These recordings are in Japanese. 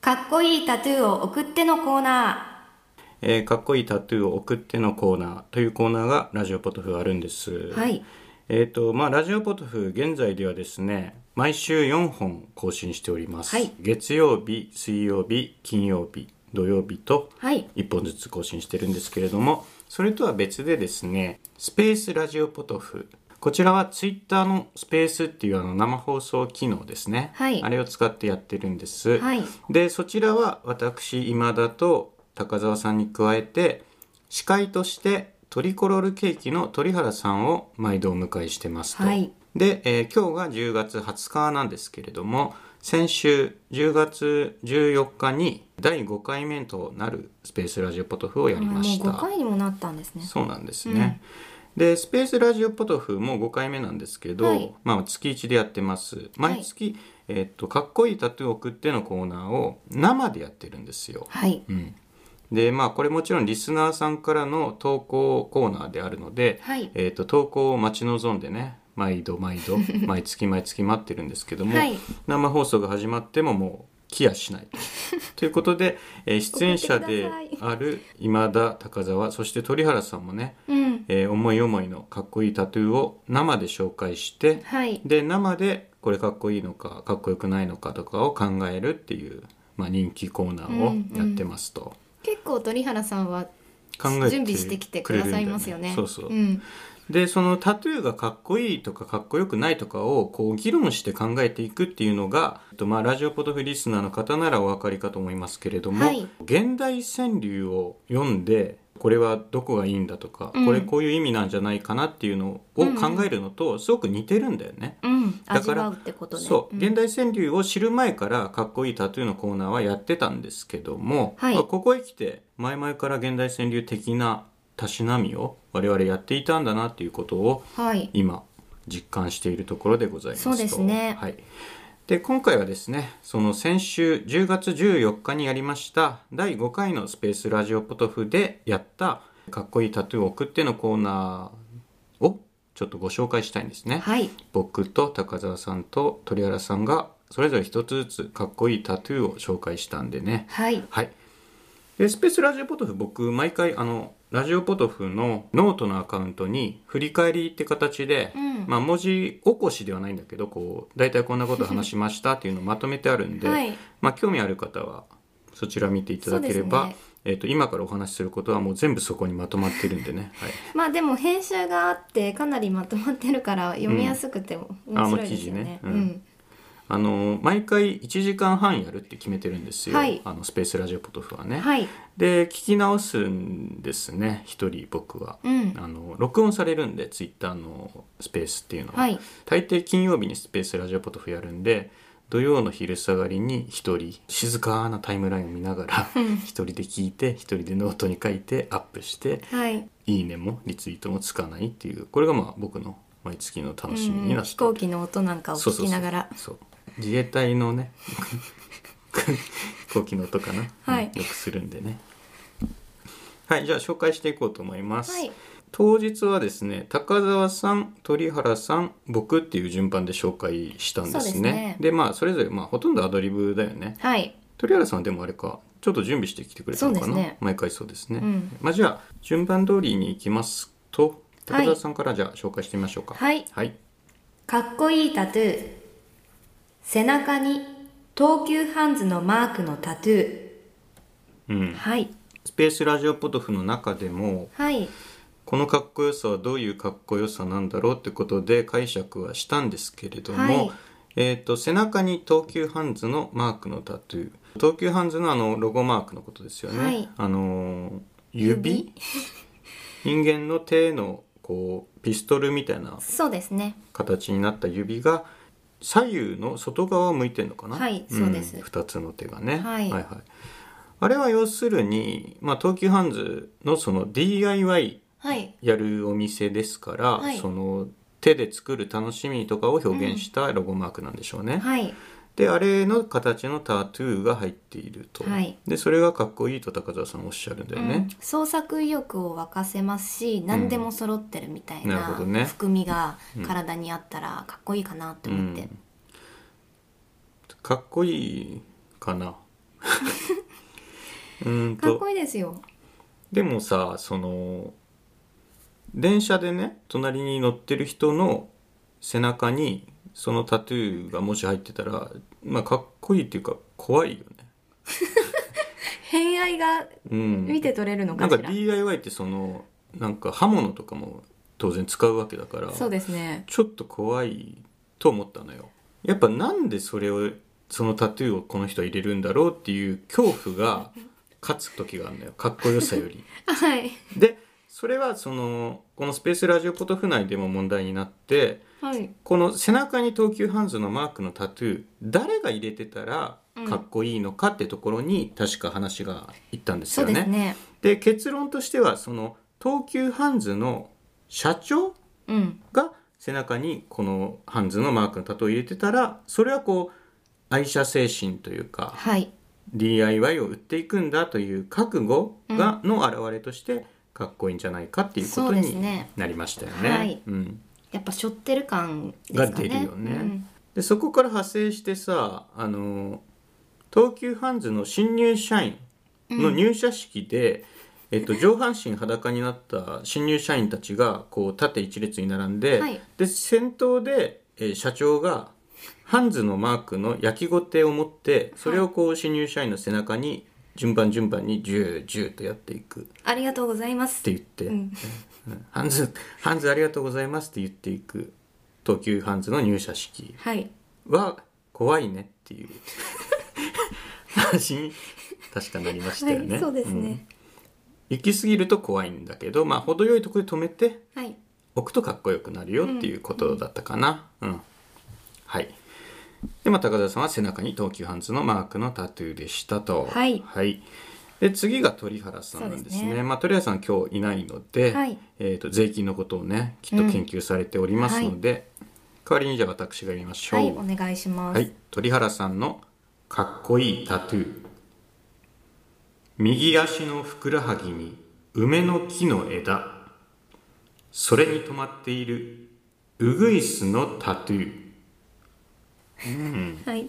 かっこいいタトゥーを送ってのコーナえーかっこいいタトゥーを送ってのコーナーというコーナーがラジオポトフあるんです。ー。はい。えっ、とまあラジオポトフ現在ではですね、毎週4本更新しております。はい月曜日、水曜日、金曜日、土曜日とはい。 1本ずつ更新してるんですけれどもそれとは別でですねスペースラジオポトフこちらはツイッターのスペースっていうあの生放送機能ですね、はいあれを使ってやってるんです、はいでそちらは私今田と高澤さんに加えて司会としてトリコロールケーキの鳥原さんを毎度お迎えしてますと、はいで、えー今日が10月20日なんですけれども先週10月14日に第5回目となるスペースラジオポトフをやりましたもう5回にもなったんですね。そうなんですね、でスペースラジオポトフも5回目なんですけど、はいまあ、月1でやってます毎月、えーっとかっこいいタトゥーを送ってのコーナーを生でやってるんですよ、はい。うん、でまあこれもちろんリスナーさんからの投稿コーナーであるので、はいえー、と投稿を待ち望んでね毎度毎 度毎月毎月待ってるんですけども、はい生放送が始まってももう来や しないとということで、えー出演者で送ってくある今田高澤そして鳥原さんもね、うん。えー思い思いのかっこいいタトゥーを生で紹介して、はい。で生でこれかっこいいのかかっこよくないのかとかを考えるっていう、まあ、人気コーナーをやってますと、結構鳥原さんは考えて準備してきてくださいますよね。くれるんだそうそう、ん。でそのタトゥーがかっこいいとかかっこよくないとかをこう議論して考えていくっていうのが、えっとまあ、ラジオポトフリスナーの方ならお分かりかと思いますけれども、はい現代川柳を読んでこれはどこがいいんだとか、うんこれこういう意味なんじゃないかなっていうのを考えるのとすごく似てるんだよね。うん。だ味からわうってことね。そう、ん現代川柳を知る前からかっこいいタトゥーのコーナーはやってたんですけども、はいまあここへ来て前々から現代川柳的なたしなみを我々やっていたんだなっていうことをはい。今実感しているところでございますとそうですねはい、で今回はですねその先週10月14日にやりました第5回のスペースラジオポトフでやったかっこいいタトゥーを送ってのコーナーをちょっとご紹介したいんですね。はい。僕と高澤さんと鳥原さんがそれぞれ一つずつかっこいいタトゥーを紹介したんでねはい。はいでスペースラジオポトフ僕毎回あのラジオポトフのノートのアカウントに振り返りって形で、うんまあ文字起こしではないんだけどこう大体こんなこと話しましたっていうのをまとめてあるん で、はいまあ興味ある方はそちら見ていただけれそうば、ですねえっと今からお話しすることはもう全部そこにまとまってるんでね、はい、まあでも編集があってかなりまとまってるから読みやすくて面白いですよね。あの記事ねあの毎回1時間半やるって決めてるんですよ、はいあのスペースラジオポトフはうね、んはい。で聞き直すんですね一人僕は、うんあの録音されるんでツイッターのスペースっていうのは、はい大抵金曜日にスペースラジオポトフやるんで土曜の昼下がりに一人静かなタイムラインを見ながら 一人で聞いて一人でノートに書いてアップしてはい。いいねもリツイートもつかないっていうこれがまあ僕の毎月の楽しみにうなんって飛行る機の音なんかを聞きながらそうそうそうそう自衛隊のね 飛行機の音かな、はいうんよくするんでねはいじゃあ紹介していこうと思います、はい当日はですね高澤さん鳥原さん僕っていう順番で紹介したんですねそうですねでまあそれぞれ、まあ、ほとんどアドリブだよねはい鳥原さんはでもあれかちょっと準備してきてくれたのかなそうですね毎回そうですね、うんまあじゃあ順番通りに行きますとは高い澤さんからじゃあ紹介してみましょうかはいはいかっこいいタトゥー背中に東急ハンズのマークのタトゥうんーはいスペースラジオポトフの中でもはいこのかっこよさはどういうかっこよさなんだろうってことで解釈はしたんですけれども、はいえー、と背中に東急ハンズのマークのタトゥー東急ハンズのあのロゴマークのことですよね、はいあのー指人間の手のこうピストルみたいなそうですね形になった指が左右の外側を向いてるのかなはいそうですん二つの手がね、はいはいあれは要するに、まあ、東急ハンズのその DIY はいやるお店ですから、はいその手で作る楽しみとかを表現したロゴマークなんでしょうね、はいであれの形のタトゥーが入っていると、はいでそれがかっこいいと高澤さんおっしゃるんだよね、うん創作意欲を沸かせますし何でも揃ってるみたいなるなほどね含みが体にあったらかっこいいかなって思って、 うんかっこいいかなうーんかっとこいいですよでもさその電車でね隣に乗ってる人の背中にそのタトゥーがもし入ってたらまあかっこいいっていうか怖いよね。偏愛がうん、見て取れるのなかんかしら、 DIY ってそのなんか刃物とかも当然使うわけだからそうですねちょっと怖いと思ったのよやっぱなんでそれをそのタトゥーをこの人は入れるんだろうっていう恐 怖が勝つ時があるのよかっこよさよりはいでそれはそのこのスペースラジオポトフ内でも問題になってはいこの背中に東急ハンズのマークのタトゥー誰が入れてたらかっこいいのかってところに確か話がいったんですそうよですねで結論としてはその東急ハンズの社長うんが背中にこのハンズのマークのタトゥーを入れてたらそれはこう愛社精神というかはい DIY を売っていくんだという覚悟が、の表れとしてかっこいいんじゃないかっていうことそうですにねなりましたよね。はいうん、やっぱしょってる感ですかねが出るよねうんでそこから派生してさあの東急ハンズの新入社員の入社式で、えっと、上半身裸になった新入社員たちがこう縦一列に並んで、はいで先頭で、えー社長がハンズのマークの焼きごてを持ってそれをこう新入社員の背中に順番順番にジュージューとやっていくっありがとうございますて言って、うんうんハンズハンズありがとうございますって言っていく東急ハンズの入社式。はいは怖いねっ ていう話に確かなりましたよね。はいそうですうんね、行き過ぎると怖いんだけど、まあ、程よいところで止めてはいおくとかっこよくなるよっていうことだったかな。うんはいで、まあ、高田さんは背中に東急ハンズのマークのタトゥーでしたと。はいで次が鳥原さんなんですねそうですねまあ、鳥原さん今日いないので、はいえー、と税金のことをねきっと研究されておりますので、代わりにじゃあ私が読みましょう。はいお願いします、はい、鳥原さんのかっこいいタトゥー右足のふくらはぎに梅の木の枝それに止まっているウグイスのタトゥーはい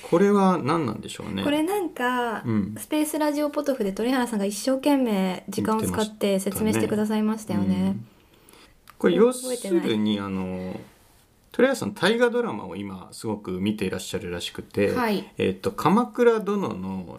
これは何なんでしょうねこれなんか、んスペースラジオポトフで鳥原さんが一生懸命時間を使って説明してくださいましたよね。これ要す覚えてないるにあの鳥原さん大河ドラマを今すごく見ていらっしゃるらしくて「はいえっと鎌倉殿」の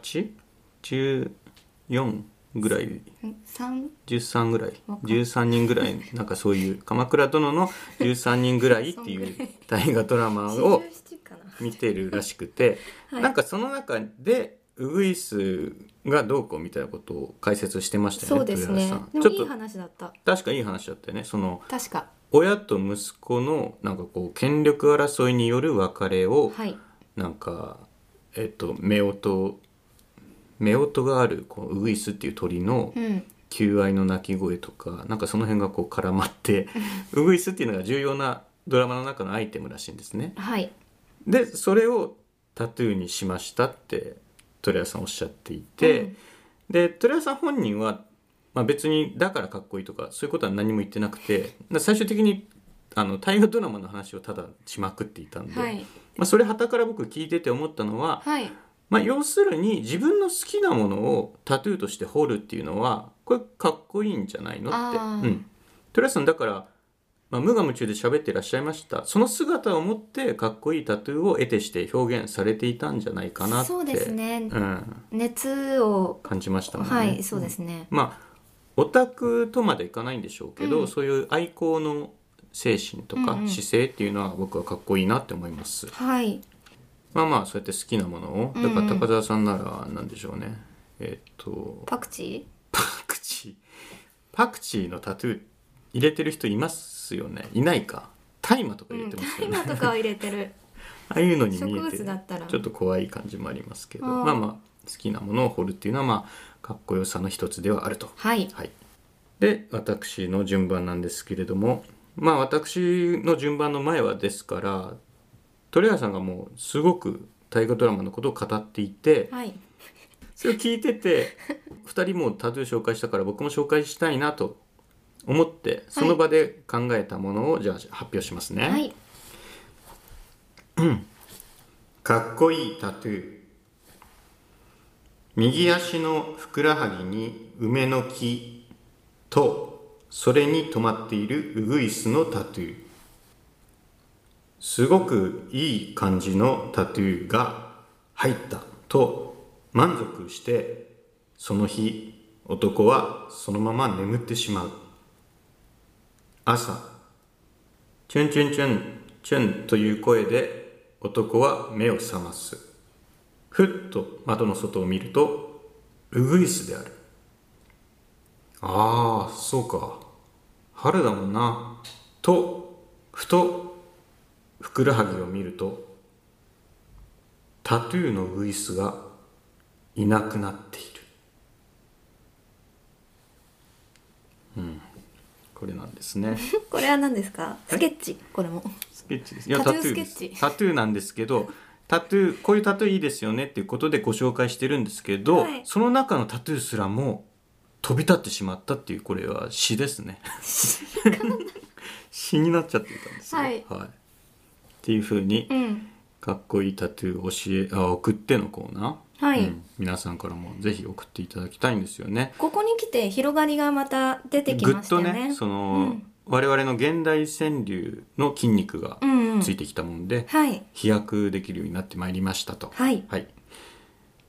18?14 ぐらい三、 13ぐらいわかん13人ぐらいなんかそういう「鎌倉殿」の13人ぐ らいっていう大河ドラマ四を十七かな。見てるらしくて、はいなんかその中でウグイスがどうこうみたいなことを解説してましたよそうでねす鳥ね原さん。でもちょっいいと話だった。確かいい話だったよねその確か。親と息子のなんかこう権力争いによる別れをはい。なんかえっと夫婦夫婦があるこうウグイスっていう鳥のうん。求愛の鳴き声とかなんかその辺がこう絡まってウグイスっていうのが重要なドラマの中のアイテムらしいんですねはい。でそれをタトゥーにしましたって鳥谷さんおっしゃっていて、うんで鳥谷さん本人は、まあ、別にだからかっこいいとかそういうことは何も言ってなくてだ最終的にあの大河ドラマの話をただしまくっていたんで、はい。まあ、それはたから僕聞いてて思ったのは、はい。まあ、要するに自分の好きなものをタトゥーとして彫るっていうのはこれかっこいいんじゃないのって。あーうん、トラさんだから、まあ、無我夢中で喋ってらっしゃいましたその姿を持ってかっこいいタトゥーを得てして表現されていたんじゃないかなってそうですね。うん、熱を。感じましたもんね。はい、そうですね。まあオタクとまでいかないんでしょうけど、うんそういう愛好の精神とかうんうん姿勢っていうのは僕はかっこいいなって思います。はい。まあまあそうやって好きなものをだから高澤さんならなんでしょうね、えっとパクチパクチーパクチーのタトゥー入れてる人いますよねいないか大麻とかー。入うん。れてますタイよね、マーとかを入れてる。ああいう のに植見えて物ちだったら。ょっと怖い感じもありますけどあーまあまあ好きなものを彫るっていうのはまあかっこよさの一つではあるとはい。はい、で私の順番なんですけれどもまあ私の順番の前はですから鳥谷さんがもうすごく大河ドラマのことを語っていてはい。それを聞いてて2人もタトゥー紹介したから僕も紹介したいなと思ってその場で考えたものをじゃあ発表しますね。はい。かっこいいタトゥー右足のふくらはぎに梅の木とそれに止まっているウグイスのタトゥーすごくいい感じのタトゥーが入ったと満足してその日男はそのまま眠ってしまう朝チュンチュンチュンチュンという声で男は目を覚ますふっと窓の外を見るとウグイスであるああそうか春だもんなとふとふくらはぎを見るとタトゥーのウグイスがいなくなっているうんこれなんですねこれは何ですかスケッチこれもスケッチですタトゥーですスケッチタトゥーなんですけどタトゥーこういうタトゥーいいですよねっていうことでご紹介してるんですけど、はいその中のタトゥーすらも飛び立ってしまったっていうこれは詩ですね 詩になっちゃってたんですよ、はいっていうふうにうんかっこいいタトゥー教えあ送ってのコーナー、はいうん皆さんからもぜひ送っていただきたいんですよね。ここに来て広がりがまた出てきぐまっしたとよねねその、うん我々の現代川柳の筋肉がうんうんついてきたもんで、はい飛躍できるようになってまいりましたと。はい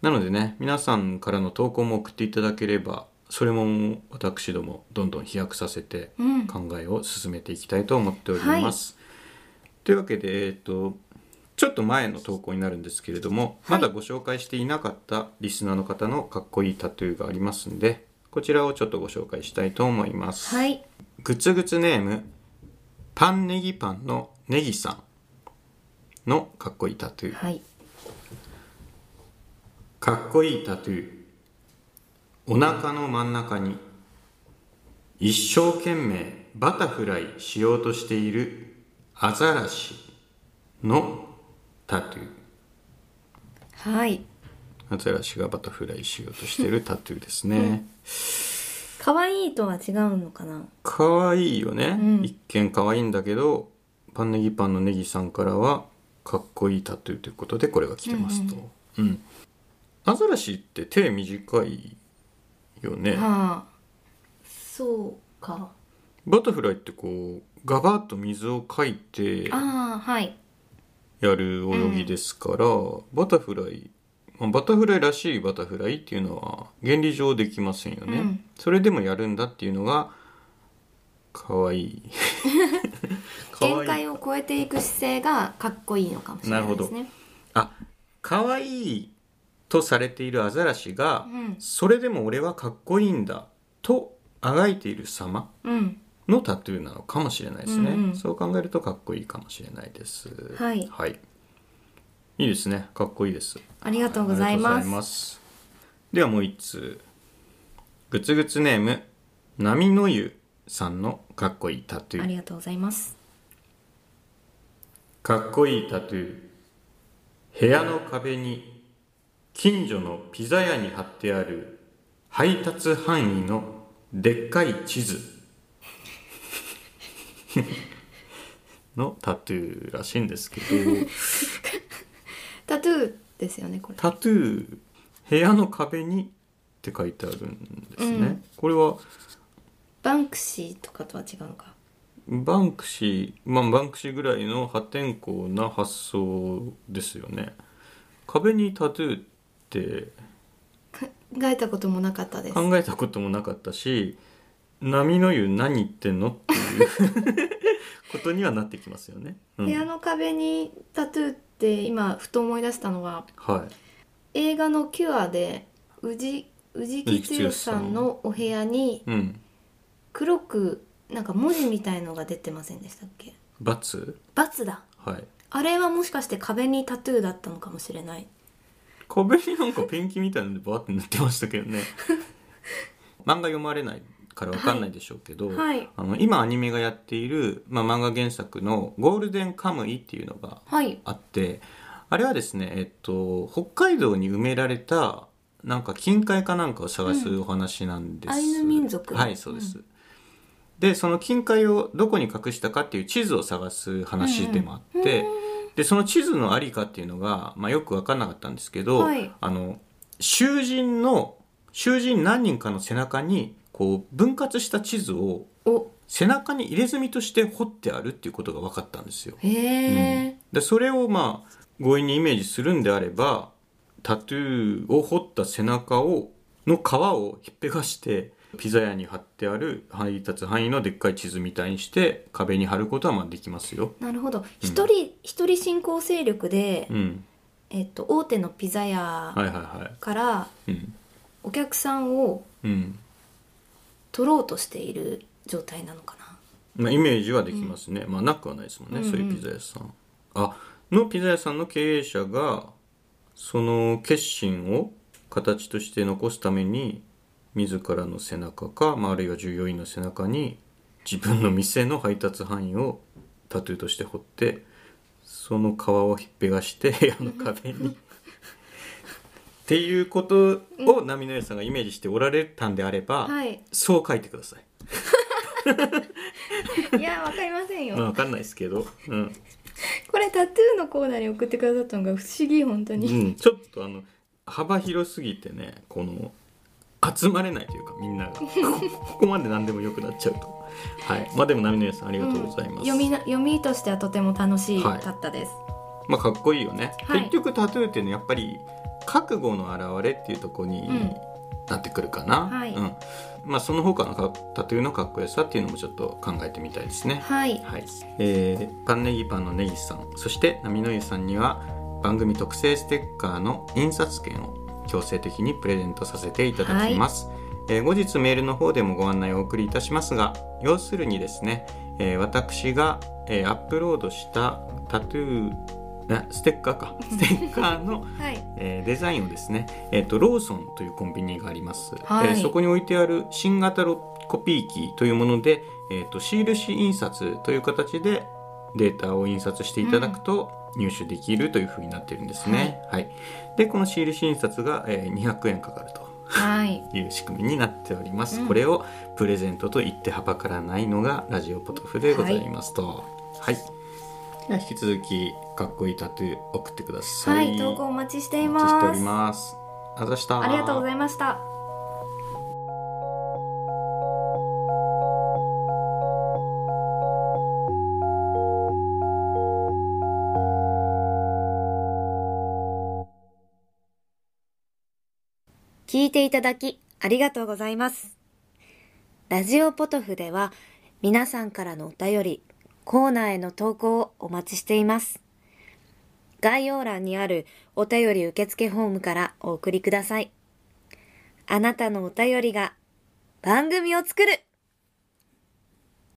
なのでね皆さんからの投稿も送っていただければそれも私どもどんどん飛躍させてうん考えを進めていきたいと思っております。というわけで、えっとちょっと前の投稿になるんですけれども、はいまだご紹介していなかったリスナーの方のかっこいいタトゥーがありますんでこちらをちょっとご紹介したいと思います。はいグツグツネームパンネギパンのネギさんのかっこいいタトゥーはいかっこいいタトゥーお腹の真ん中に一生懸命バタフライしようとしているアザラシのタトゥーはいアザラシがバタフライしようとしているタトゥーですね、可愛いとは違うのかな可愛いよね、うん一見可愛いんだけどパンネギパンのネギさんからはかっこいいタトゥーということでこれが来てますと、うんアザラシって手短いよねはあそうかバタフライってこうガバッと水をかいてああはいやる泳ぎですから、バタフライまあバタフライらしいバタフライっていうのは原理上できませんよね、うんそれでもやるんだっていうのが可愛い 可愛 限界を超えていく姿勢がかっこいいのかもしれないですねあ可愛いとされているアザラシが、うんそれでも俺はかっこいいんだとあがいている様うんのタトゥーなのかもしれないですね、うんうんそう考えるとかっこいいかもしれないですはいい、いいですねかっこいいですありがとうございますありがとうごすではもう一通グツグツネーム波の湯さんのかっこいいタトゥーありがとうございますかっこいいタトゥー部屋の壁に近所のピザ屋に貼ってある配達範囲のでっかい地図 のタトゥーらしいんですけどタトゥーですよねこれタトゥー部屋の壁にって書いてあるんですね、うんこれはバンクシーとかとは違うのかバンクシー、まあ、バンクシーぐらいの破天荒な発想ですよね壁にタトゥーって考えたこともなかったです考えたこともなかったし「波の湯何言ってんの?」っていうことにはなってきますよね。うん部屋の壁にタトゥーって今ふと思い出したのはは映画の「キュアで宇治宇治木剛さんのお部屋にい、うん、黒くなんか文字みたいのが出てませんでしたっけ罰バツだはいあれはもしかして壁にタトゥーだったのかもしれない壁になんかペンキみたいなのでバーって塗ってました けどね漫画読まれないからわかんないでしょうけど、はいあの今アニメがやっている、まあ、漫画原作の「ゴールデンカムイ」っていうのがはいあってあれはですね、えっと、北海道に埋められたなんか近海かなんかを探すお話なんです、アイヌ民族はいそうです、でその近海をどこに隠したかっていう地図を探す話でもあって、でその地図のありかっていうのが、まあ、よく分かんなかったんですけど、はいあの囚人の囚人何人かの背中にこう分割した地図をお背中に入れ墨として彫ってあるっていうことが分かったんですよ。へえ、でそれをまあ強引にイメージするんであればタトゥーを彫った背中をの皮をひっぺがしてピザ屋に貼ってある配達範囲のでっかい地図みたいにして壁に貼ることはまあできますよ。なるほど一人、一人新興勢力で、うん、えっと、大手のピザはい屋はいはからい。うん、お客さんをうん、取ろうとしている状態なのかなまあイメージはできますね。まあなくはないですもんね。うんうんそういうピザ屋さん。あのピザ屋さんの経営者がその決心を形として残すために自らの背中か、まあ、あるいは従業員の背中に自分の店の配達範囲をタトゥーとして彫ってその皮をひっぺがして 部屋の壁に。っていうことを波の屋さんがイメージしておられたんであれば、はいそう書いてください。いやわかりませんよ、まあ、わかんないですけど、うん、これタトゥーのコーナーに送ってくださったのが不思議本当うに、ん、ちょっとあの幅広すぎてねこの集まれないというかみ んながここまで何でもよくなっちゃうとはいまあでも波のやさんありがとうございます、読みな読みとしてはとても楽しいはいかったです、まあかっこいいよね、はい結局タトゥーっていうのはやっぱり覚悟の表れっていうところにうんなってくるかな、はいうんまあ、その他のかタトゥーのかっこよさっていうのもちょっと考えてみたいですねはいはい、えーパンネギパンのネギさんそして波の湯さんには番組特製ステッカーの印刷券を強制的にプレゼントさせていただきます、えー後日メールの方でもご案内をお送りいたしますが要するにですね、えー私が、えーアップロードしたタトゥーあステッカ ーかステッカーの はいえーデザインをですね、えー、とローソンというコンビニがあります、はいえーそこに置いてある新型ロコピー機というもので、えー、とシール紙印刷という形でデータを印刷していただくと入手できるというふうになってるんですね、はいでこのシール紙印刷が、えー200円かかるとはいいう仕組みになっております、うんこれをプレゼントと言ってはばからないのがラジオポトフでございますとはい、では引き続きかっこいいタトゥー送ってくださはいい投稿お待ちしていお待ちしておまりすます。ありがとうございましたありがとうございました聞いていただきありがとうございます。ラジオポトフでは皆さんからのお便り、コーナーへの投稿をお待ちしています。概要欄にあるお便り受付フォームからお送りください。あなたのお便りが番組を作る